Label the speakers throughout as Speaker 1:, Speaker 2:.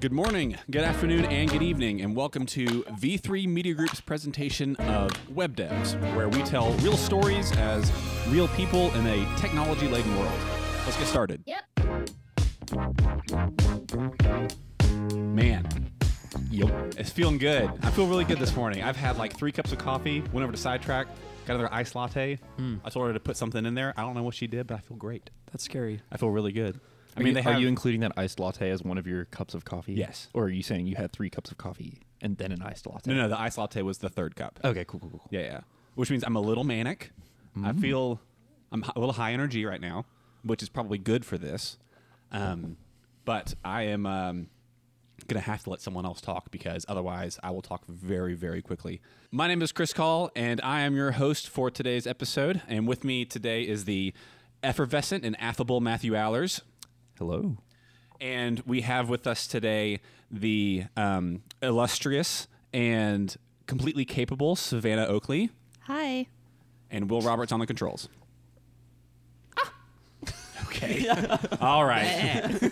Speaker 1: Good morning, good afternoon, and good evening, and welcome to V3 Media Group's presentation of Web Devs, where we tell real stories as real people in a technology laden world. Let's get started.
Speaker 2: Yep.
Speaker 1: Man. Yep. It's feeling good. I feel really good this morning. I've had like three cups of coffee, went over to Sidetrack, got another iced latte.
Speaker 3: Hmm.
Speaker 1: I told her to put something in there. I don't know what she did, but I feel great.
Speaker 4: That's scary.
Speaker 1: I feel really good. I
Speaker 3: Are
Speaker 1: mean,
Speaker 3: you-
Speaker 1: they
Speaker 3: are
Speaker 1: have
Speaker 3: you including that iced latte as one of your cups of coffee?
Speaker 1: Yes.
Speaker 3: Or are you saying you had three cups of coffee and then an iced latte?
Speaker 1: No, no, the iced latte was the third cup.
Speaker 3: Okay, cool, cool, cool. cool.
Speaker 1: Yeah, yeah. Which means I'm a little manic. I feel I'm hi- a little high energy right now, which is probably good for this. Um, but I am um, going to have to let someone else talk because otherwise I will talk very, very quickly. My name is Chris Call, and I am your host for today's episode. And with me today is the effervescent and affable Matthew Allers.
Speaker 3: Hello.
Speaker 1: And we have with us today the um, illustrious and completely capable Savannah Oakley
Speaker 2: Hi.
Speaker 1: and Will Roberts on the controls. Okay. All right.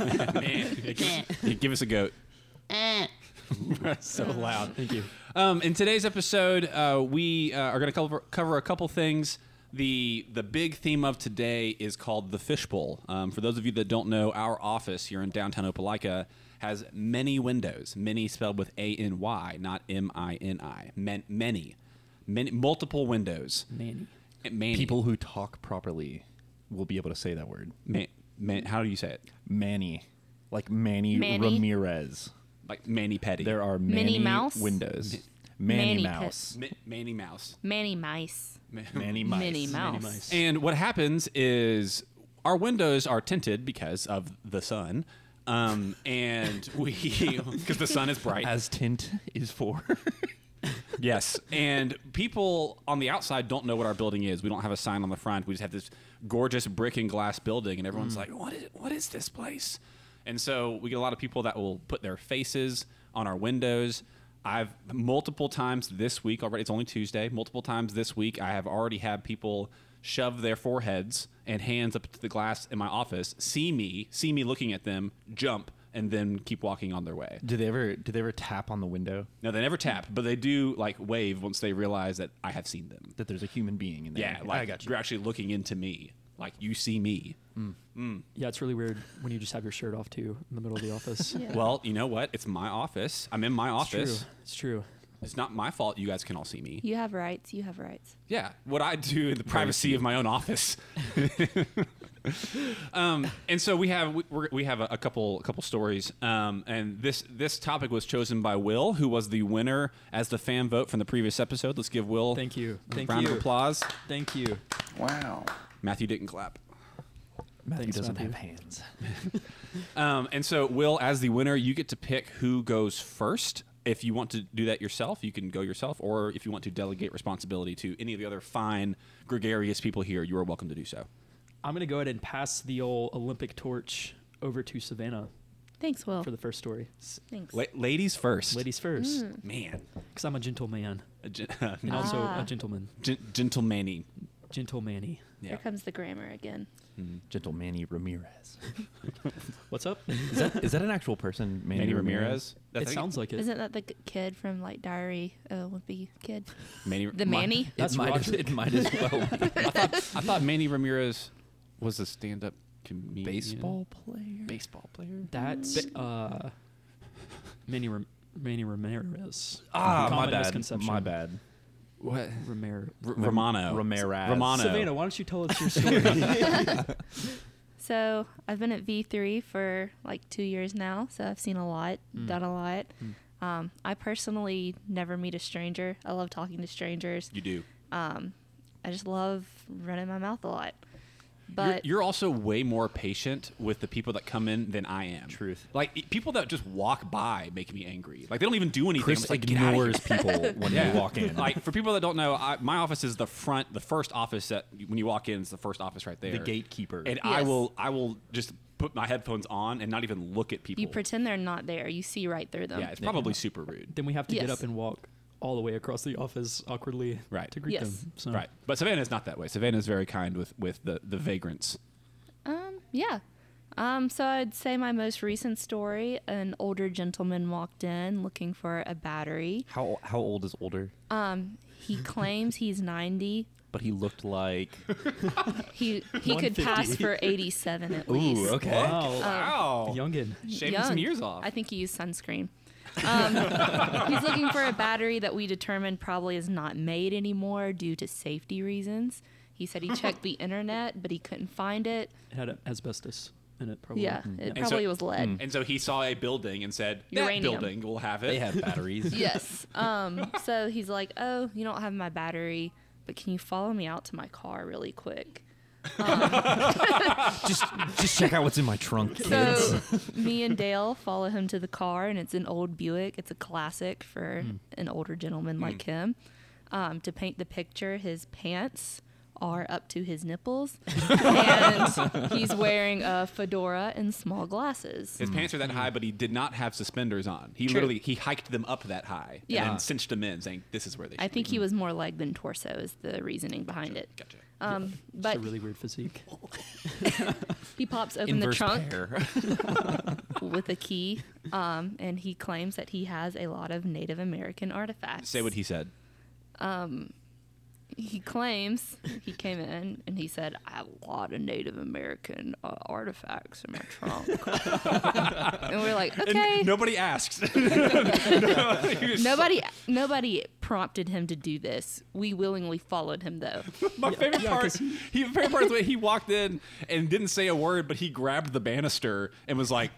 Speaker 2: Eh,
Speaker 1: Man, give us a goat. so loud. Thank you. Um, in today's episode, uh, we uh, are going to cover, cover a couple things. The the big theme of today is called the fishbowl. Um, for those of you that don't know, our office here in downtown Opelika has many windows. Many spelled with A N Y, not M I N I. Men- Many, many, multiple windows.
Speaker 4: Manny.
Speaker 1: Many.
Speaker 3: People who talk properly will be able to say that word.
Speaker 1: Man, man, how do you say it?
Speaker 3: Manny. Like Manny,
Speaker 2: Manny?
Speaker 3: Ramirez.
Speaker 1: Like Manny Petty.
Speaker 3: There are
Speaker 2: Minnie
Speaker 3: Manny
Speaker 2: Mouse?
Speaker 3: windows.
Speaker 2: Manny
Speaker 3: Manny, Mouse.
Speaker 1: Ma- Manny Mouse.
Speaker 2: Manny Mice.
Speaker 1: Ma-
Speaker 3: Manny Mice.
Speaker 2: Minnie Mouse.
Speaker 4: Mice.
Speaker 1: And what happens is our windows are tinted because of the sun. Um, and we, because the sun is bright.
Speaker 3: As tint is for.
Speaker 1: yes. And people on the outside don't know what our building is. We don't have a sign on the front. We just have this gorgeous brick and glass building, and everyone's like, "What is what is this place?" And so we get a lot of people that will put their faces on our windows. I've multiple times this week already. It's only Tuesday. Multiple times this week, I have already had people shove their foreheads and hands up to the glass in my office, see me, see me looking at them, jump, and then keep walking on their way.
Speaker 3: do they ever do they ever tap on the window
Speaker 1: No, they never tap, but they do like wave once they realize that I have seen them.
Speaker 3: that there's a human being in there?
Speaker 1: Yeah, like
Speaker 3: I got you.
Speaker 1: you're actually looking into me. Like you see me.
Speaker 4: Yeah, it's really weird when you just have your shirt off too in the middle of the office.
Speaker 2: Yeah.
Speaker 1: Well, you know what? It's my office. I'm in my
Speaker 4: It's true.
Speaker 1: office.
Speaker 4: It's true.
Speaker 1: It's not my fault you guys can all see me.
Speaker 2: You have rights. You have rights.
Speaker 1: Yeah, what I do in the privacy of my own office. um, and so we have we, we're- we have a, a couple a couple stories, um, and this this topic was chosen by Will, who was the winner as the fan vote from the previous episode. Let's give
Speaker 3: Oh,
Speaker 1: Will
Speaker 4: Thank you.
Speaker 1: a
Speaker 4: Thank
Speaker 1: round
Speaker 4: you.
Speaker 1: of applause.
Speaker 4: Thank you.
Speaker 5: Wow.
Speaker 1: Matthew didn't clap.
Speaker 3: Matthew
Speaker 4: Thanks,
Speaker 3: doesn't
Speaker 4: Matthew.
Speaker 3: have hands.
Speaker 1: Um, and so, Will, as the winner, you get to pick who goes first. If you want to do that yourself, you can go yourself, or if you want to delegate responsibility to any of the other fine, gregarious people here, you are welcome to do so.
Speaker 4: I'm gonna go ahead and pass the old Olympic torch over to Savannah
Speaker 2: Thanks, Will.
Speaker 4: for the first story.
Speaker 2: Thanks.
Speaker 1: La- ladies first.
Speaker 4: Ladies first,
Speaker 2: Mm.
Speaker 1: Man.
Speaker 4: because I'm a gentleman
Speaker 1: A gen- uh,
Speaker 4: and also
Speaker 2: Ah.
Speaker 4: a gentleman,
Speaker 1: gen- gentleman
Speaker 4: gentlemanny.
Speaker 1: Yeah.
Speaker 2: Here comes the grammar again.
Speaker 3: Gentle Manny Ramirez.
Speaker 4: What's up?
Speaker 3: Is that is that an actual person, Manny,
Speaker 1: Manny Ramirez.
Speaker 4: it sounds like it.
Speaker 2: Isn't that the g- kid from like Diary of a Wimpy Kid?
Speaker 1: Manny,
Speaker 2: The
Speaker 1: my-
Speaker 2: Manny?
Speaker 4: That's
Speaker 3: it, might as,
Speaker 4: Roger.
Speaker 3: it might as well be.
Speaker 1: I thought, I thought Manny Ramirez was a stand up comedian.
Speaker 3: player.
Speaker 1: Baseball player.
Speaker 4: That's uh, Manny, Ram- Manny Ramirez.
Speaker 3: Ah,
Speaker 4: Common
Speaker 3: my bad.
Speaker 4: misconception.
Speaker 3: My bad.
Speaker 1: What?
Speaker 4: Ramirez.
Speaker 1: R-
Speaker 3: Oh.
Speaker 1: Romano.
Speaker 3: Ramirez.
Speaker 1: Romano.
Speaker 4: Savannah, why don't you tell us your story?
Speaker 2: So I've been at V3 for like two years now. So I've seen a lot,
Speaker 1: Hmm.
Speaker 2: done a lot. Um, I personally never meet a stranger. I love talking to strangers. Um,
Speaker 1: You do.
Speaker 2: I just love running my mouth a lot.
Speaker 1: You're-
Speaker 2: But
Speaker 1: you're, also way more patient with the people that come in than I am.
Speaker 3: Truth.
Speaker 1: Like e- people that just walk by make me angry. Like they don't even do anything. I'm
Speaker 3: Chris
Speaker 1: just like, "Get outta
Speaker 3: ignores people when
Speaker 1: here."
Speaker 3: they walk in.
Speaker 1: Like for people that don't know, I, my office is the front, the first office that when you walk in, it's the first office right there.
Speaker 3: the gatekeeper.
Speaker 1: And I
Speaker 2: Yes.
Speaker 1: will, I will just put my headphones on and not even look at people.
Speaker 2: you pretend they're not there. You see right through them.
Speaker 1: Yeah, it's probably super rude.
Speaker 4: then we have to
Speaker 2: Yes.
Speaker 4: get up and walk all the way across the office awkwardly
Speaker 1: Right.
Speaker 4: to greet
Speaker 2: Yes.
Speaker 4: them. So
Speaker 1: Right, but Savannah's not that way. Savannah's very kind with with the the vagrants.
Speaker 2: Um, yeah. Um, so I'd say my most recent story: an older gentleman walked in looking for a battery.
Speaker 3: How how old is older?
Speaker 2: Um, he claims he's 90.
Speaker 3: But he looked like
Speaker 2: He he could
Speaker 4: 150.
Speaker 2: pass for 87 at
Speaker 3: ooh
Speaker 2: least.
Speaker 3: okay.
Speaker 4: Wow.
Speaker 1: Wow.
Speaker 4: Oh, Youngin.
Speaker 1: Shaving some
Speaker 2: Oh. Young.
Speaker 1: years off.
Speaker 2: I think he used sunscreen. Um, he's looking for a battery that we determined probably is not made anymore due to safety reasons. He said he checked the internet, but he couldn't find it.
Speaker 4: It had asbestos in it, probably. Mm.
Speaker 2: Yeah, it
Speaker 1: so-
Speaker 2: probably was lead.
Speaker 1: and so he saw a building and said, "That
Speaker 2: Uranium.
Speaker 1: building will have it."
Speaker 3: They have batteries.
Speaker 2: Yes. Um, so he's like, "Oh, you don't have my battery, but can you follow me out to my car really quick?" Um,
Speaker 3: just just check out what's in my trunk, kids.
Speaker 2: So me and Dale follow him to the car, and it's an old Buick. It's a classic for
Speaker 3: Hmm.
Speaker 2: an older gentleman like him. Um, to paint the picture, his pants are up to his nipples, and he's wearing a fedora and small glasses.
Speaker 1: His pants are that high, but he did not have suspenders on. He
Speaker 2: True.
Speaker 1: literally he hiked them up that high
Speaker 2: Yeah.
Speaker 1: and then cinched them in, saying, "This is where they." Should
Speaker 2: I think
Speaker 1: be.
Speaker 2: he was more leg than torso is the reasoning behind it.
Speaker 1: Gotcha.
Speaker 2: Um,
Speaker 4: It's
Speaker 2: but
Speaker 4: a really weird physique.
Speaker 2: he pops open
Speaker 3: Inverse
Speaker 2: the trunk
Speaker 3: pair.
Speaker 2: with a key, um, and he claims that he has a lot of Native American artifacts.
Speaker 1: Say what he said.
Speaker 2: he claims he came in and he said, I have a lot of Native American uh, artifacts in my trunk. and we're like, okay.
Speaker 1: And nobody asks. No, he was-
Speaker 2: Nobody, nobody prompted him to do this. We willingly followed him, though.
Speaker 1: My favorite
Speaker 4: yeah,
Speaker 1: part.
Speaker 4: 'cause
Speaker 1: He, favorite part is when he walked in and didn't say a word, but he grabbed the banister and was like,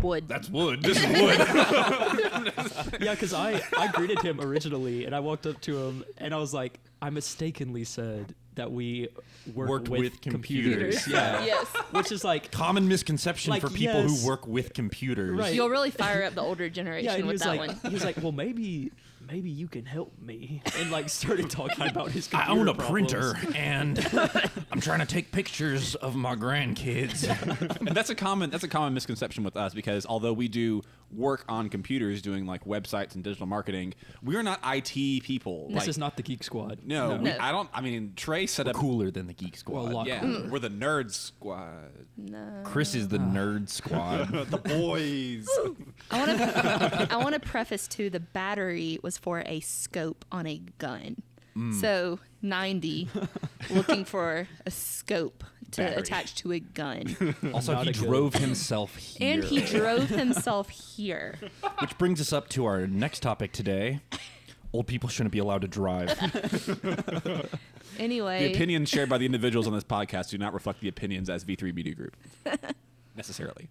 Speaker 2: Would
Speaker 1: "That's wood. This is wood."
Speaker 4: yeah, because I, I greeted him originally and I walked up to him and I was like, I mistakenly said that we work
Speaker 3: Worked
Speaker 4: with,
Speaker 3: with
Speaker 4: computers.
Speaker 3: computers.
Speaker 4: Yeah.
Speaker 2: yes,
Speaker 4: Which is like,
Speaker 3: Common misconception
Speaker 4: Like,
Speaker 3: for people
Speaker 4: yes.
Speaker 3: who work with computers.
Speaker 4: Right.
Speaker 2: you'll really fire up the older generation
Speaker 4: yeah, and he
Speaker 2: with
Speaker 4: was
Speaker 2: that
Speaker 4: like,
Speaker 2: one.
Speaker 4: he was like, well, maybe, maybe you can help me, and like started talking about his.
Speaker 3: I own a
Speaker 4: computer
Speaker 3: printer
Speaker 4: problems.
Speaker 3: and I'm trying to take pictures of my grandkids.
Speaker 1: and that's a common that's a common misconception with us because although we do work on computers, doing like websites and digital marketing, we are not IT people.
Speaker 4: This
Speaker 1: Like,
Speaker 4: is not the Geek Squad.
Speaker 1: No, we-
Speaker 2: No.
Speaker 1: I don't. I mean, Trey set up.
Speaker 3: Cooler than the Geek Squad.
Speaker 4: Well, a lot
Speaker 1: Yeah,
Speaker 4: cooler.
Speaker 1: we're the nerd squad.
Speaker 2: No.
Speaker 3: Chris is the nerd squad.
Speaker 1: the boys.
Speaker 2: I want to. I want to preface too. The battery was for a scope on a gun. So ninety, looking for a scope to
Speaker 1: Battery.
Speaker 2: attach to a gun,
Speaker 3: Also,
Speaker 4: Not
Speaker 3: he
Speaker 4: a good-
Speaker 3: drove himself here.
Speaker 2: and he drove himself here.
Speaker 3: Which brings us up to our next topic today. Old people shouldn't be allowed to drive.
Speaker 2: Anyway,
Speaker 1: The opinions shared by the individuals on this podcast do not reflect the opinions as V3 Media Group necessarily.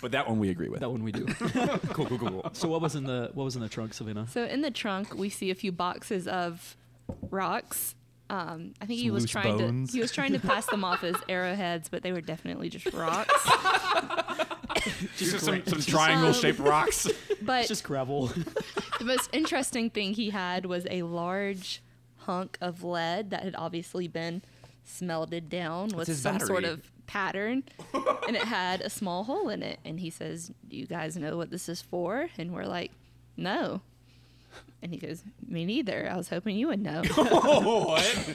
Speaker 1: But that one we agree with.
Speaker 4: that one we do.
Speaker 3: cool, cool, cool, cool.
Speaker 4: so what was in the what was in the trunk, Savannah?
Speaker 2: so in the trunk we see a few boxes of rocks. Um, I think he
Speaker 3: Some
Speaker 2: was
Speaker 3: loose
Speaker 2: trying
Speaker 3: bones.
Speaker 2: to he was trying to pass them off as arrowheads, but they were definitely just rocks.
Speaker 1: Just some, some triangle shaped rocks.
Speaker 2: But
Speaker 4: It's just gravel.
Speaker 2: The most interesting thing he had was a large hunk of lead that had obviously been smelted down with
Speaker 3: his
Speaker 2: some sort
Speaker 3: battery.
Speaker 2: of pattern, and it had a small hole in it. And he says, "Do you guys know what this is for?" And we're like, "No." And he goes, "Me neither. I was hoping you would know."
Speaker 1: oh, what?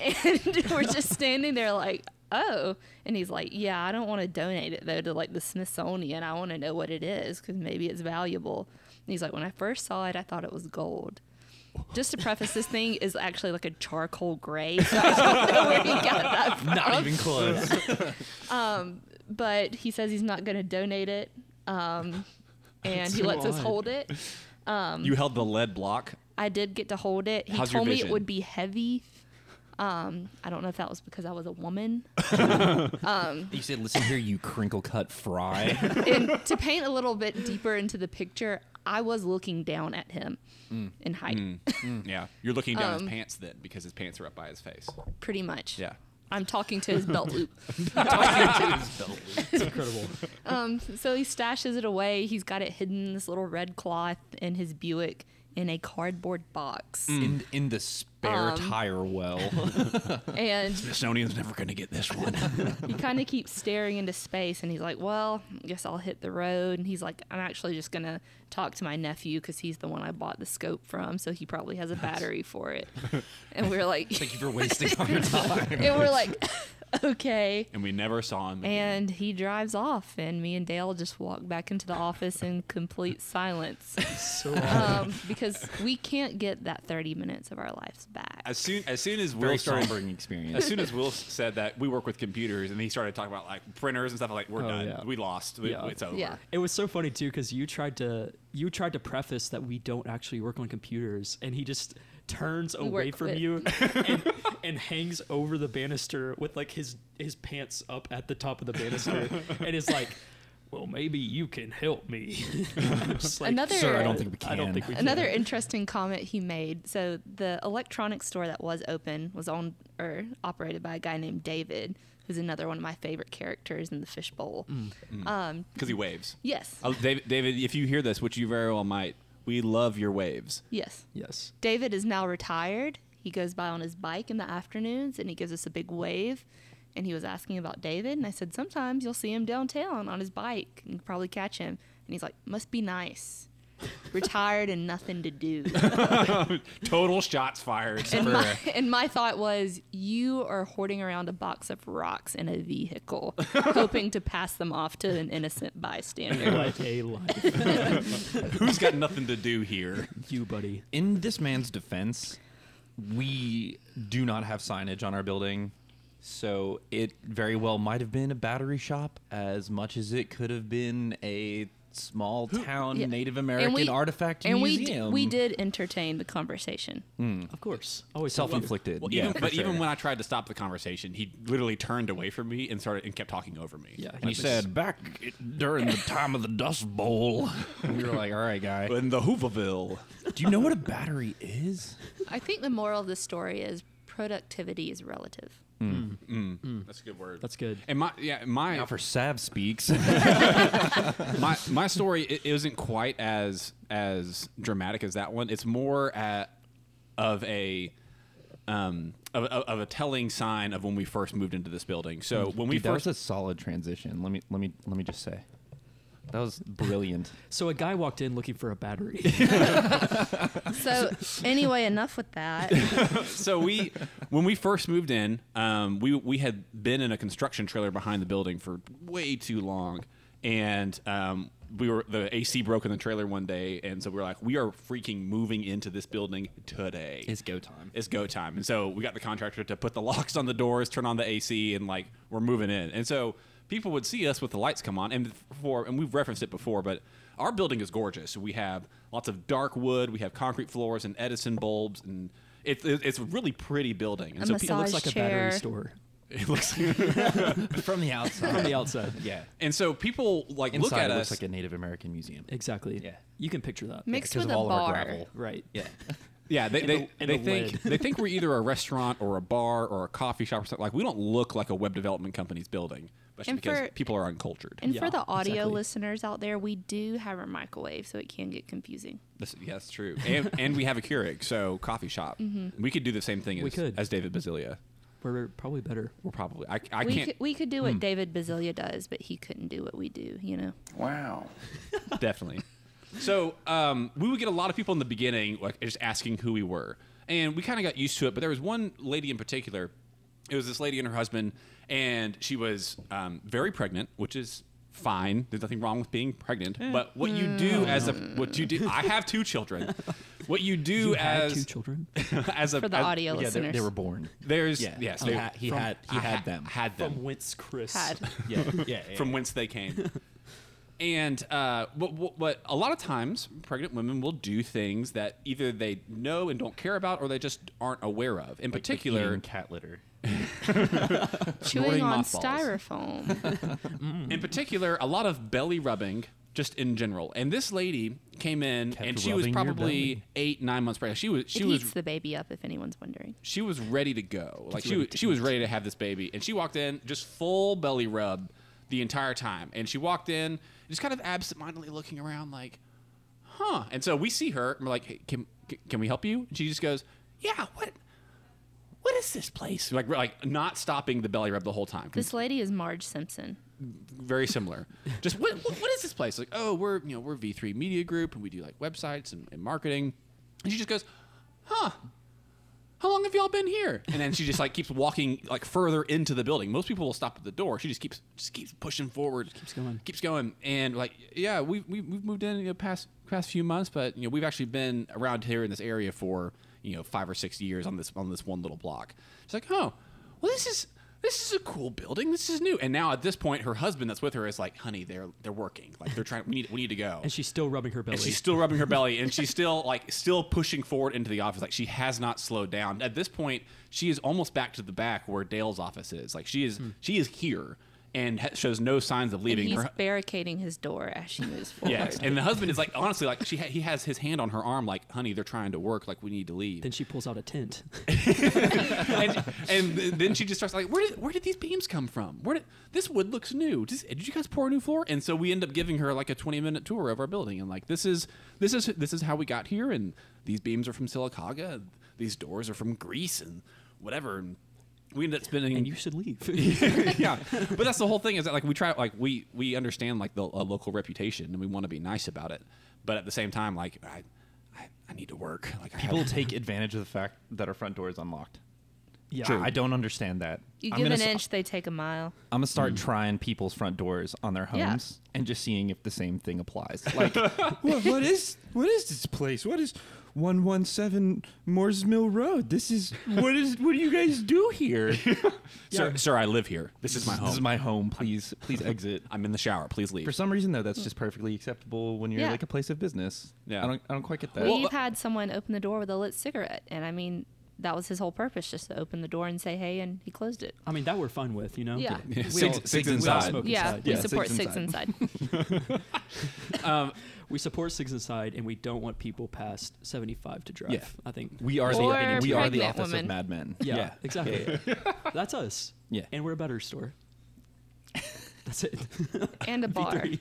Speaker 2: and we're just standing there like, "Oh." And he's like, "Yeah, I don't want to donate it though to like the Smithsonian. I want to know what it is because maybe it's valuable." And he's like, "When I first saw it, I thought it was gold." Just to preface, this thing is actually like a charcoal gray. So I don't know where he got that from.
Speaker 3: Not even close.
Speaker 2: But he says he's not going to donate it, um, and he
Speaker 4: so
Speaker 2: lets us
Speaker 4: odd.
Speaker 2: hold it.
Speaker 1: You held the lead block.
Speaker 2: I did get to hold it. He
Speaker 1: How's your
Speaker 2: told me it
Speaker 1: vision?
Speaker 2: would be heavy. Um, I don't know if that was because I was a woman
Speaker 3: You said, listen here, you crinkle cut fry.
Speaker 2: and to paint a little bit deeper into the picture, I was looking down at him in height,
Speaker 1: Yeah. You're looking down his pants then because his pants are up by his face.
Speaker 2: pretty much.
Speaker 1: Yeah.
Speaker 2: I'm talking to his belt loop.
Speaker 4: It's incredible.
Speaker 2: So he stashes it away. He's got it hidden in this little red cloth in his Buick in a cardboard box.
Speaker 3: in, in the spare
Speaker 2: Um.
Speaker 3: tire well.
Speaker 2: And
Speaker 1: Smithsonian's never going to get this one.
Speaker 2: he kind of keeps staring into space and he's like, Well, I guess I'll hit the road. And he's like, I'm actually just going to talk to my nephew because he's the one I bought the scope from. So he probably has a battery for it. And we're like,
Speaker 3: Thank you for wasting our time.
Speaker 2: and we're like, okay.
Speaker 1: and we never saw him. again.
Speaker 2: And he drives off, and me and Dale just walk back into the office in complete silence
Speaker 4: So
Speaker 2: um, because we can't get that 30 minutes of our lives back.
Speaker 1: as soon as soon as Will
Speaker 3: Very
Speaker 1: started
Speaker 3: sombering experience.
Speaker 1: as soon as Will said that we work with computers, and he started talking about like printers and stuff, I'm like we're
Speaker 4: Oh,
Speaker 1: done,
Speaker 4: yeah.
Speaker 1: we lost, We-
Speaker 4: Yeah.
Speaker 1: it's over.
Speaker 2: Yeah.
Speaker 4: It was so funny too because you tried to you tried to preface that we don't actually work on computers, and he just turns away
Speaker 2: work
Speaker 4: from
Speaker 2: with-
Speaker 4: you and, and hangs over the banister with like his his pants up at the top of the banister, and is like, "Well, maybe you can help me." I'm just like,
Speaker 2: Another- Sir, I don't
Speaker 3: think we
Speaker 4: I don't
Speaker 3: can.
Speaker 4: think we can.
Speaker 2: Another interesting comment he made. So the electronics store that was open was owned or operated by a guy named David, who's another one of my favorite characters in the fishbowl. Um,
Speaker 1: because he waves.
Speaker 2: yes,
Speaker 1: Uh, David, David, if you hear this, which you very well might, we love your waves.
Speaker 2: yes.
Speaker 4: yes.
Speaker 2: David is now retired. He goes by on his bike in the afternoons and he gives us a big wave. And he was asking about David, and I said, Sometimes you'll see him downtown on his bike and probably catch him. And he's like, Must be nice. Retired and nothing to do.
Speaker 1: Total shots fired.
Speaker 2: and,
Speaker 1: for-
Speaker 2: my, and my thought was, You are hoarding around a box of rocks in a vehicle, hoping to pass them off to an innocent bystander.
Speaker 4: What a life,
Speaker 1: who's got nothing to do here?
Speaker 4: you buddy.
Speaker 3: in this man's defense, we do not have signage on our building. So it very well might have been a battery shop as much as it could have been a small town
Speaker 2: Yeah.
Speaker 3: Native
Speaker 2: And
Speaker 3: American
Speaker 2: we-
Speaker 3: artifact
Speaker 2: and we d-
Speaker 3: museum.
Speaker 2: we did entertain the conversation.
Speaker 4: Of course, always
Speaker 3: self-inflicted.
Speaker 1: Well,
Speaker 3: yeah,
Speaker 1: even,
Speaker 3: for
Speaker 1: but
Speaker 3: sure.
Speaker 1: even when I tried to stop the conversation, he literally turned away from me and started and kept talking over me.
Speaker 4: Yeah,
Speaker 3: he said back during the time of the Dust Bowl, we were like, "All right, guy,
Speaker 1: in the Hooverville.
Speaker 3: do you know what a battery is?"
Speaker 2: I think the moral of the story is productivity is relative.
Speaker 1: That's a good word.
Speaker 4: That's good.
Speaker 1: And my yeah my
Speaker 3: Now for Sav speaks.
Speaker 1: my my story i- isn't quite as as dramatic as that one. It's more at, of a um of, of, of a telling sign of when we first moved into this building. So when we
Speaker 3: Dude, that was
Speaker 1: first
Speaker 3: a solid transition. Let me let me let me just say, that was brilliant.
Speaker 4: So a guy walked in looking for a battery.
Speaker 2: So anyway, enough with that.
Speaker 1: so we when we first moved in, um, we we had been in a construction trailer behind the building for way too long, and um, we were the AC broke in the trailer one day, and so we were like, we are freaking moving into this building today.
Speaker 3: It's go time.
Speaker 1: It's go time, and so we got the contractor to put the locks on the doors, turn on the AC, and like we're moving in, and so. People would see us with the lights come on, and for and we've referenced it before, but our building is gorgeous. We have lots of dark wood, we have concrete floors and Edison bulbs, and it's it's a really pretty building. And
Speaker 2: A
Speaker 1: so
Speaker 2: mas-
Speaker 1: pe-
Speaker 4: it looks
Speaker 2: Massage
Speaker 4: like a
Speaker 2: chair.
Speaker 4: battery store
Speaker 1: it looks
Speaker 3: From the outside.
Speaker 4: from the outside.
Speaker 3: Yeah.
Speaker 1: and so people like
Speaker 3: Inside
Speaker 1: look at
Speaker 3: it
Speaker 1: us
Speaker 3: looks like a Native American museum.
Speaker 4: Exactly.
Speaker 3: Yeah.
Speaker 4: You can picture that.
Speaker 2: Mixed
Speaker 3: because
Speaker 2: with a
Speaker 3: of all of our
Speaker 2: bar.
Speaker 3: gravel.
Speaker 4: Right.
Speaker 3: Yeah.
Speaker 1: yeah they
Speaker 4: and
Speaker 1: they,
Speaker 4: the- and
Speaker 1: they
Speaker 4: the
Speaker 1: think
Speaker 4: lid.
Speaker 1: they think we're either a restaurant or a bar or a coffee shop or something like we don't look like a web development company's building, but
Speaker 2: And
Speaker 1: because
Speaker 2: for-
Speaker 1: people are uncultured.
Speaker 2: And
Speaker 4: Yeah,
Speaker 2: for the audio
Speaker 4: exactly.
Speaker 2: listeners out there, we do have a microwave, so it can get confusing.
Speaker 1: That's, yeah, that's true. And, and we have a Keurig, so coffee shop.
Speaker 2: Mm-hmm.
Speaker 1: We could do the same thing
Speaker 4: We
Speaker 1: as,
Speaker 4: could.
Speaker 1: as David Basilia.
Speaker 4: We're probably better.
Speaker 1: We're probably I, I
Speaker 2: we
Speaker 1: can't
Speaker 2: could, we could do
Speaker 3: Mm.
Speaker 2: what David Bazilia does, but he couldn't do what we do. You know,
Speaker 5: Wow.
Speaker 1: definitely. So um, we would get a lot of people in the beginning, like just asking who we were, and we kind of got used to it. But there was one lady in particular. It was this lady and her husband, and she was um, very pregnant, which is fine. There's nothing wrong with being pregnant.
Speaker 4: Eh.
Speaker 1: But what you
Speaker 2: Mm.
Speaker 1: do as a what you do, I have two children. What you do
Speaker 4: You had
Speaker 1: as
Speaker 4: two children.
Speaker 1: as a
Speaker 2: for the
Speaker 1: as-
Speaker 2: audio
Speaker 3: Yeah, they,
Speaker 2: listeners,
Speaker 3: they were born.
Speaker 1: There's yes,
Speaker 3: he
Speaker 1: they-
Speaker 3: had he
Speaker 4: from-
Speaker 3: had, he
Speaker 1: I
Speaker 3: had
Speaker 1: ha-
Speaker 3: them.
Speaker 1: had them
Speaker 4: whence Chris?
Speaker 2: had
Speaker 3: yeah, yeah, yeah.
Speaker 1: from whence they came. and uh, what, what, what a lot of times pregnant women will do things that either they know and don't care about or they just aren't aware of. In particular,
Speaker 3: Eating cat litter.
Speaker 2: chewing on
Speaker 3: mothballs.
Speaker 2: styrofoam.
Speaker 1: in particular, a lot of belly rubbing just in general. And this lady came in
Speaker 3: Kept
Speaker 1: and she was
Speaker 3: rubbing your belly.
Speaker 1: probably eight, nine months pregnant. She was she
Speaker 2: it
Speaker 1: was
Speaker 2: heats the baby up, if anyone's
Speaker 3: Mm.
Speaker 2: wondering.
Speaker 1: she was ready to go. Like she
Speaker 4: ready
Speaker 1: was, she was ready to have this baby, and she walked in just full belly rub the entire time. And she walked in just kind of absentmindedly looking around, like, "Huh." And so we see her, and we're like, hey, "Can can we help you?" And she just goes, "Yeah, what what is this place?" Like we're like not stopping the belly rub the whole time.
Speaker 2: This lady is Marge Simpson.
Speaker 1: Very similar. just what, what what is this place? Like, oh, we're you know we're V three Media Group, and we do like websites and, and marketing. And she just goes, "Huh." how long have y'all been here? And then she just like keeps walking like further into the building. Most people will stop at the door. She just keeps just keeps pushing forward. keeps
Speaker 4: going.
Speaker 1: Keeps going. And like yeah, we we we've moved in you know, past past few months, but you know we've actually been around here in this area for you know five or six years on this on this one little block. She's like, oh, well this is. This is a cool building. This is new. And now at this point, her husband that's with her is like, "Honey, they're they're working. Like they're trying. We need we need to go."
Speaker 4: And she's still rubbing her belly.
Speaker 1: And she's still rubbing her belly, and she's still like still pushing forward into the office. Like she has not slowed down. At this point, she is almost back to the back where Dale's office is. Like she is she is here and ha- shows no signs of
Speaker 2: Hmm. And
Speaker 1: leaving.
Speaker 2: he's
Speaker 1: Her-
Speaker 2: barricading his door as she moves forward.
Speaker 1: yes, and the husband is like honestly like she ha- he has his hand on her arm like, "Honey, they're trying to work. Like we need to leave."
Speaker 4: then she pulls out a tent.
Speaker 1: and, and th- then she just starts like, where did where did these beams come from? Where did this wood looks new? Does, did you guys pour a new floor? And so we end up giving her like a twenty minute tour of our building, and like this is this is this is how we got here, and these beams are from Silicaga, and these doors are from Greece, and whatever. And we ended up spending
Speaker 4: and you should leave.
Speaker 1: yeah, but that's the whole thing is that like we try like we we understand like the uh, local reputation and we want to be nice about it, but at the same time like I I, I need to work like I
Speaker 3: People
Speaker 1: have,
Speaker 3: take advantage of the fact that our front door is unlocked.
Speaker 4: yeah.
Speaker 3: I don't understand that.
Speaker 2: You
Speaker 3: I'm
Speaker 2: give
Speaker 3: gonna
Speaker 2: an
Speaker 3: s-
Speaker 2: inch, they take a mile.
Speaker 3: I'm gonna start trying people's front doors on their
Speaker 2: Yeah.
Speaker 3: homes and just seeing if the same thing applies. Like, what, what is what is this place? What is one one seven Moores Mill Road? This is what is what do you guys do here?
Speaker 1: sir sir I live here this is my home
Speaker 3: This is my home. Please, please exit.
Speaker 1: I'm in the shower please leave
Speaker 3: For some reason, though, that's just perfectly acceptable when you're
Speaker 2: Yeah.
Speaker 3: like a place of business.
Speaker 1: Yeah.
Speaker 3: I don't, I don't quite get that.
Speaker 1: Well,
Speaker 2: We've
Speaker 1: uh,
Speaker 2: had someone open the door with a lit cigarette, and I mean, that was his whole purpose, just to open the door and say hey, and he closed it.
Speaker 4: I mean, that we're fine with, you know?
Speaker 2: Yeah. Yeah,
Speaker 4: We
Speaker 1: Sigs-
Speaker 4: all-
Speaker 1: Sigs
Speaker 4: we all
Speaker 1: inside.
Speaker 4: smoke
Speaker 2: Yeah,
Speaker 4: inside.
Speaker 2: we
Speaker 3: Yeah,
Speaker 2: support
Speaker 3: six
Speaker 2: Six Inside.
Speaker 4: We support Six Inside, and we don't want people past 75 to drive.
Speaker 3: Yeah.
Speaker 4: I think.
Speaker 3: we are
Speaker 2: Or
Speaker 3: the we are the
Speaker 2: pregnant
Speaker 3: office
Speaker 2: woman.
Speaker 3: of Mad Men.
Speaker 4: Yeah, exactly.
Speaker 3: Yeah, yeah.
Speaker 4: That's us.
Speaker 3: Yeah.
Speaker 4: And we're a better store. That's it.
Speaker 2: and a bar.
Speaker 4: V3.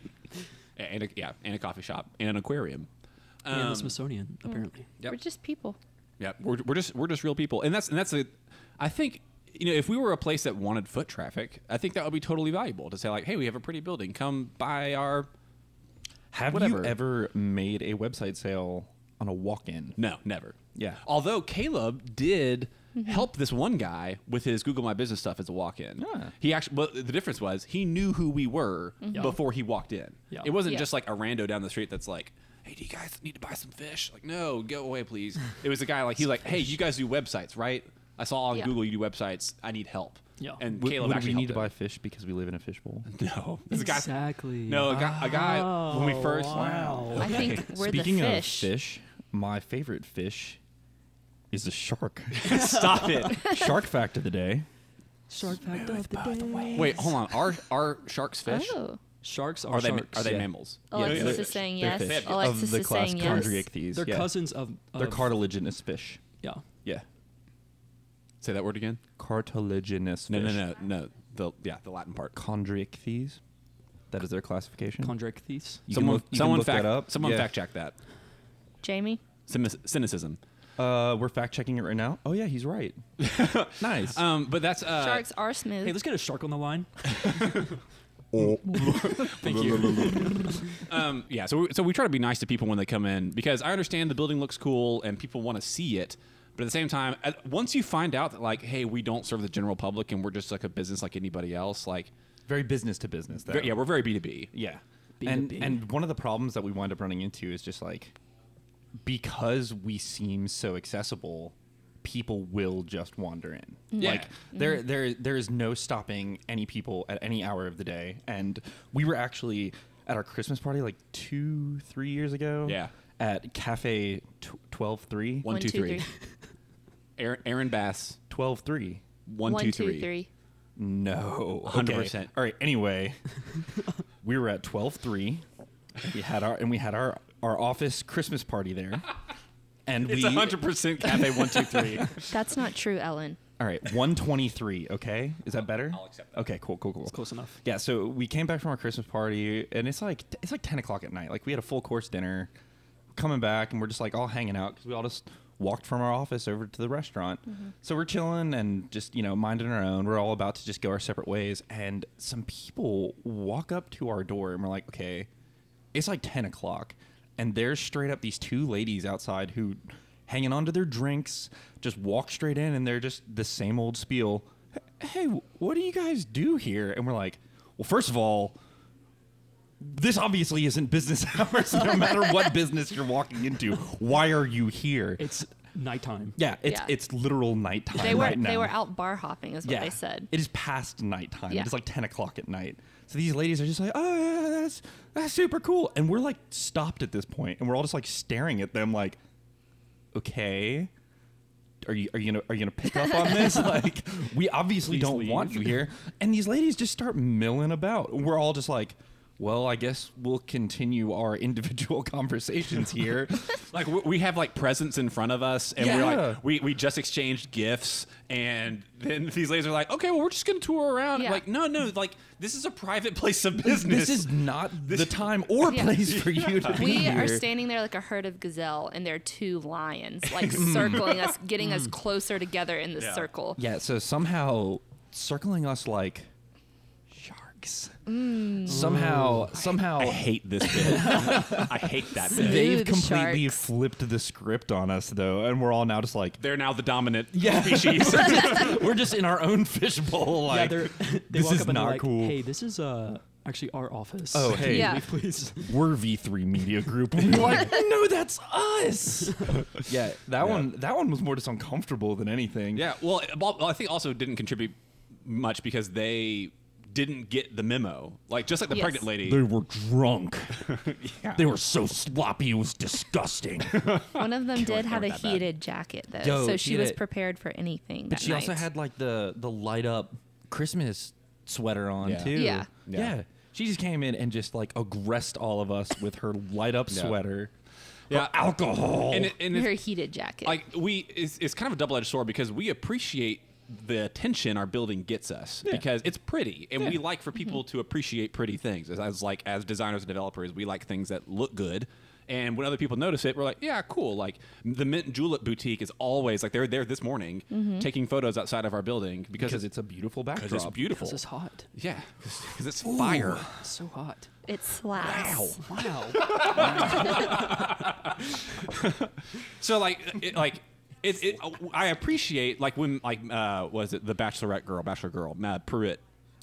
Speaker 1: and a, yeah, and a coffee shop and an aquarium.
Speaker 4: and
Speaker 1: Um,
Speaker 4: the Smithsonian, apparently.
Speaker 1: Yep.
Speaker 2: We're just people.
Speaker 1: yeah, we're, we're just we're just real people, and that's and that's a, I think you know if we were a place that wanted foot traffic, I think that would be totally valuable to say like, hey, we have a pretty building, come buy our.
Speaker 3: Have
Speaker 1: Whatever.
Speaker 3: you ever made a website sale on a walk-in?
Speaker 1: No, never.
Speaker 3: Yeah.
Speaker 1: Although Caleb did help this one guy with his Google My Business stuff as a walk-in.
Speaker 3: Ah.
Speaker 1: He actually, but the difference was he knew who we were
Speaker 4: Yeah.
Speaker 1: before he walked in.
Speaker 4: Yeah.
Speaker 1: It wasn't
Speaker 2: Yeah.
Speaker 1: just like a rando down the street that's like, "Hey, do you guys need to buy some fish?" Like, "No, go away, please." it was a guy like he's like, "Hey, you guys do websites, right? I saw on
Speaker 2: Yeah.
Speaker 1: Google you do websites. I need help."
Speaker 4: Yeah.
Speaker 1: And
Speaker 3: Would-
Speaker 1: Caleb
Speaker 3: would
Speaker 1: actually
Speaker 3: we need to buy
Speaker 1: helped
Speaker 3: fish because we live in a fishbowl?
Speaker 1: him. No, There's a guy-
Speaker 4: Exactly.
Speaker 1: No, a guy, a guy when we first.
Speaker 2: I think we're
Speaker 3: Speaking
Speaker 2: the fish.
Speaker 3: of fish, my favorite fish is a shark.
Speaker 1: Stop it.
Speaker 3: shark fact of the day.
Speaker 4: Shark fact of the day.
Speaker 1: Wait, hold on. Are are sharks fish?
Speaker 2: Oh,
Speaker 4: Sharks are,
Speaker 1: Are they
Speaker 4: sharks.
Speaker 1: are they
Speaker 3: yeah.
Speaker 1: mammals?
Speaker 2: Alexis
Speaker 3: they're
Speaker 2: is
Speaker 3: fish.
Speaker 2: saying
Speaker 3: They're
Speaker 2: yes.
Speaker 1: fish.
Speaker 2: Alexis
Speaker 3: of the
Speaker 2: is
Speaker 3: class
Speaker 2: saying yes.
Speaker 3: Chondriachthyes.
Speaker 4: They're
Speaker 3: yeah.
Speaker 4: cousins of, of.
Speaker 3: They're cartilaginous fish.
Speaker 4: Yeah.
Speaker 3: Yeah.
Speaker 1: Say that word again.
Speaker 3: Cartilaginous
Speaker 1: No,
Speaker 3: fish.
Speaker 1: no, no, no. The yeah, the Latin part.
Speaker 3: Chondriachthyes. That is their classification.
Speaker 4: Chondrichthyes.
Speaker 3: You can
Speaker 1: someone,
Speaker 3: look- you can
Speaker 1: someone
Speaker 3: look
Speaker 1: fact,
Speaker 3: that up.
Speaker 1: someone
Speaker 3: Yeah.
Speaker 1: fact check that.
Speaker 2: Jamie?
Speaker 1: Cynic- Cynicism.
Speaker 3: Uh, we're fact checking it right now. Oh yeah, he's right. nice.
Speaker 1: Um, but that's uh,
Speaker 2: Sharks are smooth.
Speaker 4: Hey, let's get a shark on the line.
Speaker 1: Thank you. um, yeah, so we, so we try to be nice to people when they come in because I understand the building looks cool and people want to see it, but at the same time, at- once you find out that like, hey, we don't serve the general public and we're just like a business like anybody else, like,
Speaker 3: very business to business though.
Speaker 1: ve- yeah, we're very B two B.
Speaker 3: Yeah.
Speaker 4: B to
Speaker 3: and
Speaker 4: B.
Speaker 3: and one of the problems that we wind up running into is just like because we seem so accessible, people will just wander in.
Speaker 1: Yeah.
Speaker 3: Like there there there is no stopping any people at any hour of the day. And we were actually at our Christmas party like two, three years ago.
Speaker 1: Yeah.
Speaker 3: At Cafe tw- 12 3.
Speaker 1: One, two, three. Aaron, Aaron Bass.
Speaker 3: 12 3.
Speaker 1: One, two, three.
Speaker 3: No.
Speaker 1: 100%.
Speaker 3: All right. Anyway, we were at 12-3. We had our and we had our our office Christmas party there. And
Speaker 1: It's
Speaker 3: we
Speaker 1: hundred percent Cafe one two three.
Speaker 2: That's not true, Ellen.
Speaker 3: All right, 123, okay? Is that better?
Speaker 1: I'll accept that.
Speaker 3: Okay, cool, cool, cool. It's
Speaker 4: close enough.
Speaker 3: Yeah, so we came back from our Christmas party and it's like it's like 10 o'clock at night. Like we had a full course dinner. Coming back and we're just like all hanging out because we all just walked from our office over to the restaurant. So we're chilling and just, you know, minding our own. We're all about to just go our separate ways. And some people walk up to our door and we're like, okay, it's like 10 o'clock and there's straight up these two ladies outside who hanging on to their drinks, just walk straight in, and they're just the same old spiel. Hey, what do you guys do here? And we're like, well, first of all, this obviously isn't business hours. No matter what business you're walking into, why are you here?
Speaker 4: It's nighttime.
Speaker 3: yeah, it's
Speaker 2: Yeah.
Speaker 3: it's literal nighttime
Speaker 2: They were
Speaker 3: right now.
Speaker 2: they were out bar hopping, is what
Speaker 3: Yeah.
Speaker 2: they said.
Speaker 3: It is past nighttime.
Speaker 2: Yeah.
Speaker 3: It's like 10 o'clock at night. So these ladies are just like, oh, yeah, that's, that's super cool. And we're like stopped at this point, and we're all just like staring at them, like, okay. Are you are you gonna are you gonna pick up on this? like we obviously
Speaker 1: Please
Speaker 3: don't
Speaker 1: leave.
Speaker 3: want you here. And these ladies just start milling about. We're all just like, well, I guess we'll continue our individual conversations here.
Speaker 1: Like we- we have like presents in front of us, and we're
Speaker 3: Yeah.
Speaker 1: like, we, we just exchanged gifts, and then these ladies are like, okay, well we're just gonna tour around.
Speaker 2: Yeah.
Speaker 1: Like no, no, like this is a private place of business.
Speaker 3: this is not the time or
Speaker 2: Yeah.
Speaker 3: place for you to be
Speaker 2: We
Speaker 3: here.
Speaker 2: are standing there like a herd of gazelle, and there are two lions, like circling us, getting us closer together in this
Speaker 1: Yeah.
Speaker 2: circle.
Speaker 3: Yeah, so somehow circling us like sharks. Somehow, somehow
Speaker 1: I hate this bit. I hate that bit.
Speaker 3: they've
Speaker 2: Smooth
Speaker 3: completely
Speaker 2: sharks.
Speaker 3: flipped the script on us though, and we're all now just like
Speaker 1: They're now the dominant
Speaker 3: Yeah.
Speaker 1: species.
Speaker 3: we're just in our own fishbowl.
Speaker 4: yeah,
Speaker 3: Like,
Speaker 4: they're, they
Speaker 3: this
Speaker 4: walk
Speaker 3: is
Speaker 4: up and
Speaker 3: not
Speaker 4: they're like,
Speaker 3: cool.
Speaker 4: "Hey, this is uh actually our office.
Speaker 3: Oh,
Speaker 4: Can
Speaker 3: hey.
Speaker 4: you
Speaker 2: Yeah.
Speaker 4: leave, please."
Speaker 3: we're V3 Media Group. And we're like, no, that's us. yeah, that one, that one was more just uncomfortable than anything.
Speaker 1: Yeah, well, it- well, I think also didn't contribute much because they didn't get the memo. Like just like the
Speaker 2: Yes.
Speaker 1: pregnant lady.
Speaker 3: They were drunk. They were so sloppy. It was disgusting.
Speaker 2: One of them did have
Speaker 1: they
Speaker 2: a
Speaker 1: were that bad.
Speaker 2: heated jacket, though,
Speaker 3: Yo,
Speaker 2: so she
Speaker 3: heat
Speaker 2: was
Speaker 3: it.
Speaker 2: prepared for anything.
Speaker 3: But
Speaker 2: that
Speaker 3: she also
Speaker 2: night.
Speaker 3: had like the the light up Christmas sweater on
Speaker 1: Yeah.
Speaker 3: too.
Speaker 2: Yeah.
Speaker 1: Yeah.
Speaker 3: yeah. She just came in and just like aggressed all of us with her light up
Speaker 1: Yeah.
Speaker 3: sweater.
Speaker 1: Yeah.
Speaker 3: Her alcohol.
Speaker 1: and it, and
Speaker 2: her
Speaker 1: it's,
Speaker 2: heated jacket.
Speaker 1: like we, it's, it's kind of a double edged sword because we appreciate the attention our building gets us
Speaker 3: Yeah.
Speaker 1: because it's pretty and we
Speaker 3: Yeah.
Speaker 1: like for people to appreciate pretty things as, as like as designers and developers we like things that look good and when other people notice it we're like yeah cool like the mint julep boutique is always like they're there this morning taking photos outside of our building Mm-hmm. because,
Speaker 3: because
Speaker 1: it's
Speaker 3: it's a beautiful
Speaker 1: because
Speaker 3: backdrop.
Speaker 1: it's beautiful
Speaker 4: This is hot.
Speaker 1: yeah because it's fire
Speaker 4: It's so hot.
Speaker 2: it slaps.
Speaker 4: Wow.
Speaker 1: So like, it, like, it, it, I appreciate like when like uh, was it the Bachelorette girl, Bachelor girl, Mad Pruitt?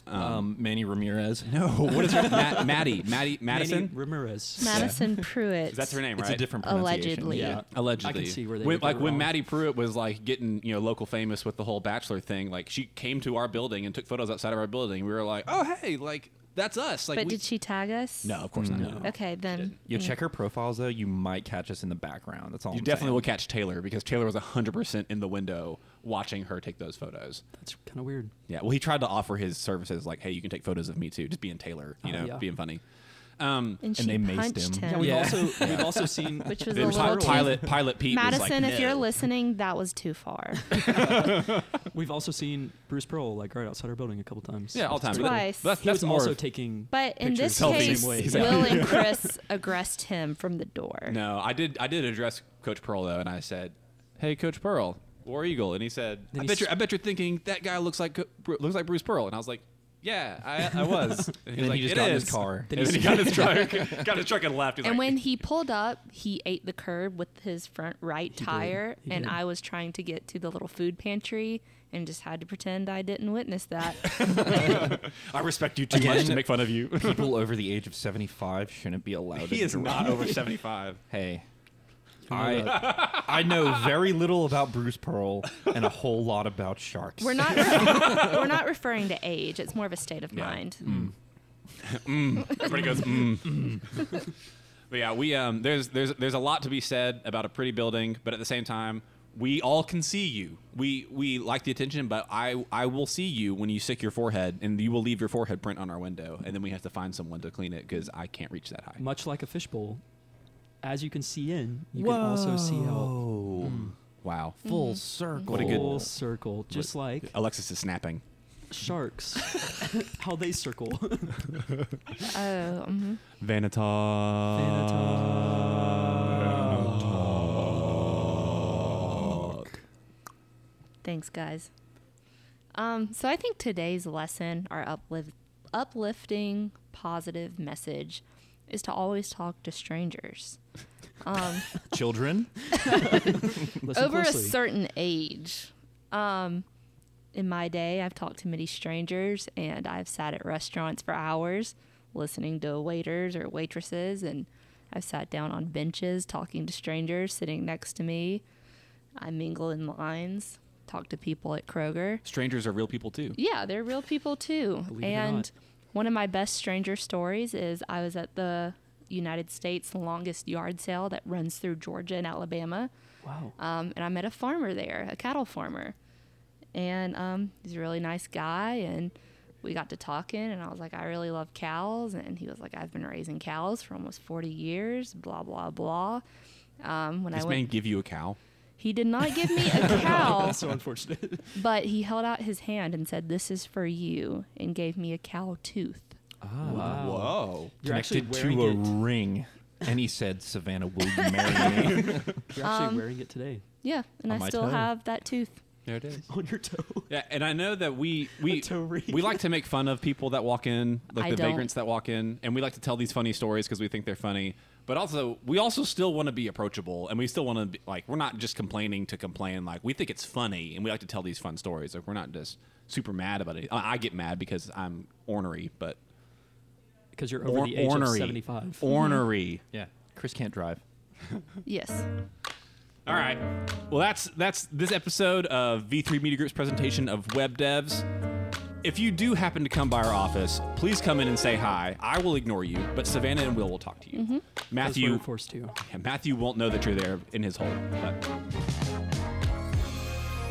Speaker 3: Um, Manny Ramirez.
Speaker 1: No, what is her? Ma- Maddie, Maddie, Madison.
Speaker 4: Manny Ramirez.
Speaker 2: Madison Pruitt.
Speaker 1: That's her name, right?
Speaker 3: It's a different pronunciation.
Speaker 2: Allegedly.
Speaker 3: Yeah.
Speaker 1: Allegedly,
Speaker 4: I can see where they
Speaker 1: when,
Speaker 4: would go
Speaker 1: like when
Speaker 4: wrong.
Speaker 1: Maddie Pruitt was like getting you know local famous with the whole Bachelor thing. Like she came to our building and took photos outside of our building. We were like, oh hey, like that's us. Like,
Speaker 2: But
Speaker 1: we-
Speaker 2: did she tag us?
Speaker 1: No, of course not.
Speaker 2: Okay, then.
Speaker 3: You check her profiles though. You might catch us in the background. That's all.
Speaker 1: You
Speaker 3: I'm
Speaker 1: definitely
Speaker 3: saying.
Speaker 1: will catch Taylor because Taylor was hundred percent in the window watching her take those photos.
Speaker 4: That's kind of weird.
Speaker 1: Yeah, well, he tried to offer his services like, "Hey, you can take photos of me too, just being Taylor, you
Speaker 4: Oh,
Speaker 1: know,
Speaker 4: yeah.
Speaker 1: being funny." Um,
Speaker 2: And she
Speaker 3: they maced
Speaker 2: punched
Speaker 3: him.
Speaker 2: him.
Speaker 3: Yeah,
Speaker 4: Yeah, we've
Speaker 3: Yeah.
Speaker 4: also we've also seen
Speaker 2: Which was a
Speaker 1: then
Speaker 2: little
Speaker 1: Pi-
Speaker 2: too-
Speaker 1: pilot, pilot Pete was like,
Speaker 2: Madison, if
Speaker 1: "No."
Speaker 2: you're listening, that was too far.
Speaker 4: we've also seen Bruce Pearl like right outside our building a couple times.
Speaker 1: yeah, all the time. But
Speaker 2: Twice.
Speaker 1: That's,
Speaker 4: He
Speaker 1: that's
Speaker 4: was
Speaker 1: more
Speaker 4: also
Speaker 1: of-
Speaker 4: taking.
Speaker 2: But in this
Speaker 4: pictures the
Speaker 2: case,
Speaker 4: same way.
Speaker 2: Will and Chris aggressed him from the door.
Speaker 1: no. I did, I did address Coach Pearl though, and I said, "Hey, Coach Pearl, War Eagle," and he said,
Speaker 4: Then
Speaker 1: "I
Speaker 4: he
Speaker 1: bet
Speaker 4: s-
Speaker 1: you, I bet you're thinking that guy looks like Co- Bru- looks like Bruce Pearl," and I was like, "Yeah, I, I was." And,
Speaker 3: And then
Speaker 1: like,
Speaker 3: he just
Speaker 1: "It
Speaker 3: got in his
Speaker 1: is."
Speaker 3: car.
Speaker 1: And then he got in his truck, got in his truck and left. He's
Speaker 2: And
Speaker 1: like,
Speaker 2: when he pulled up, he ate the curb with his front right tire,
Speaker 4: He
Speaker 2: and
Speaker 4: did.
Speaker 2: I was trying to get to the little food pantry and just had to pretend I didn't witness that.
Speaker 1: "I respect you too
Speaker 3: Again-
Speaker 1: much to make fun of you."
Speaker 3: People over the age of 75 shouldn't be allowed.
Speaker 1: he
Speaker 3: in
Speaker 1: is
Speaker 3: your
Speaker 1: not over seventy-five.
Speaker 3: Hey, I I know very little about Bruce Pearl and a whole lot about sharks.
Speaker 2: We're not we're not referring to age; it's more of a state of
Speaker 1: Yeah.
Speaker 2: mind.
Speaker 4: Mm.
Speaker 1: Everybody goes, mm. but yeah, we um, there's there's there's a lot to be said about a pretty building, but at the same time, we all can see you. We we like the attention, but I I will see you when you sick your forehead, and you will leave your forehead print on our window, and then we have to find someone to clean it because I can't reach that high.
Speaker 4: much like a fishbowl, as you can see in, you can also see out.
Speaker 3: Whoa.
Speaker 1: Mm. Wow,
Speaker 3: Full circle.
Speaker 1: What a good-
Speaker 4: Full circle, just like
Speaker 1: Alexis is snapping.
Speaker 4: sharks, how they circle.
Speaker 2: Oh, mhm.
Speaker 1: Uh, Vanitas.
Speaker 4: uh,
Speaker 2: thanks, guys. Um, so I think today's lesson, our uplift, uplifting, positive message, is to always talk to strangers. Um,
Speaker 3: Children,
Speaker 4: Listen
Speaker 2: over a
Speaker 4: closely.
Speaker 2: certain age. Um, in my day, I've talked to many strangers and I've sat at restaurants for hours listening to waiters or waitresses. And I've sat down on benches talking to strangers sitting next to me. I mingle in lines, talk to people at Kroger.
Speaker 1: Strangers are real people too.
Speaker 2: Yeah, they're real people too.
Speaker 4: Believe it or
Speaker 2: and
Speaker 4: not.
Speaker 2: one of my best stranger stories is I was at the United States' longest yard sale that runs through Georgia and Alabama.
Speaker 4: wow.
Speaker 2: Um, and I met a farmer there, a cattle farmer. And um, he's a really nice guy. And we got to talking, and I was like, I really love cows. And he was like, I've been raising cows for almost 40 years, blah, blah, blah. Um, when
Speaker 1: This
Speaker 2: I
Speaker 1: man
Speaker 2: went,
Speaker 1: give you a cow.
Speaker 2: he did not give me a cow,
Speaker 4: That's so unfortunate.
Speaker 2: but he held out his hand and said, This is for you, and gave me a cow tooth.
Speaker 4: Wow.
Speaker 1: Whoa.
Speaker 4: You're actually
Speaker 3: connected to a
Speaker 4: wearing it.
Speaker 3: ring, and he said, "Savannah, will you marry me?"
Speaker 4: You're actually
Speaker 2: Um,
Speaker 4: wearing it today
Speaker 2: Yeah, and
Speaker 3: On
Speaker 2: I
Speaker 3: my
Speaker 2: still
Speaker 3: toe.
Speaker 2: have that tooth.
Speaker 1: There it is.
Speaker 4: on your toe.
Speaker 1: Yeah, and I know that we we
Speaker 4: toe ring.
Speaker 1: we like to make fun of people that walk in, like
Speaker 2: I
Speaker 1: the
Speaker 2: don't.
Speaker 1: vagrants that walk in, and we like to tell these funny stories because we think they're funny. But also, we also still want to be approachable, and we still want to be like we're not just complaining to complain. Like we think it's funny, and we like to tell these fun stories. Like we're not just super mad about it. I, I get mad because I'm ornery, but
Speaker 4: Because you're over
Speaker 1: or-
Speaker 4: the age of
Speaker 1: ornery,
Speaker 4: 75.
Speaker 1: ornery.
Speaker 3: yeah, Chris can't drive.
Speaker 2: Yes.
Speaker 1: All right. Well, that's that's this episode of V3 Media Group's presentation of web devs. If you do happen to come by our office, please come in and say hi. I will ignore you, but Savannah and Will will talk to you.
Speaker 4: That's what we're
Speaker 1: Matthew,
Speaker 4: forced to.
Speaker 1: yeah, Matthew won't know that you're there in his hole. But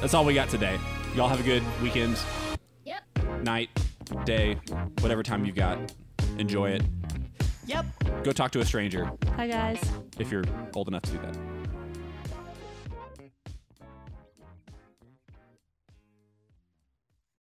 Speaker 1: that's all we got today. Y'all have a good weekend,
Speaker 2: Yep.
Speaker 1: night, day, whatever time you've got. Enjoy it.
Speaker 2: Yep.
Speaker 1: Go talk to a stranger
Speaker 2: Hi, guys.
Speaker 1: if you're old enough to do that.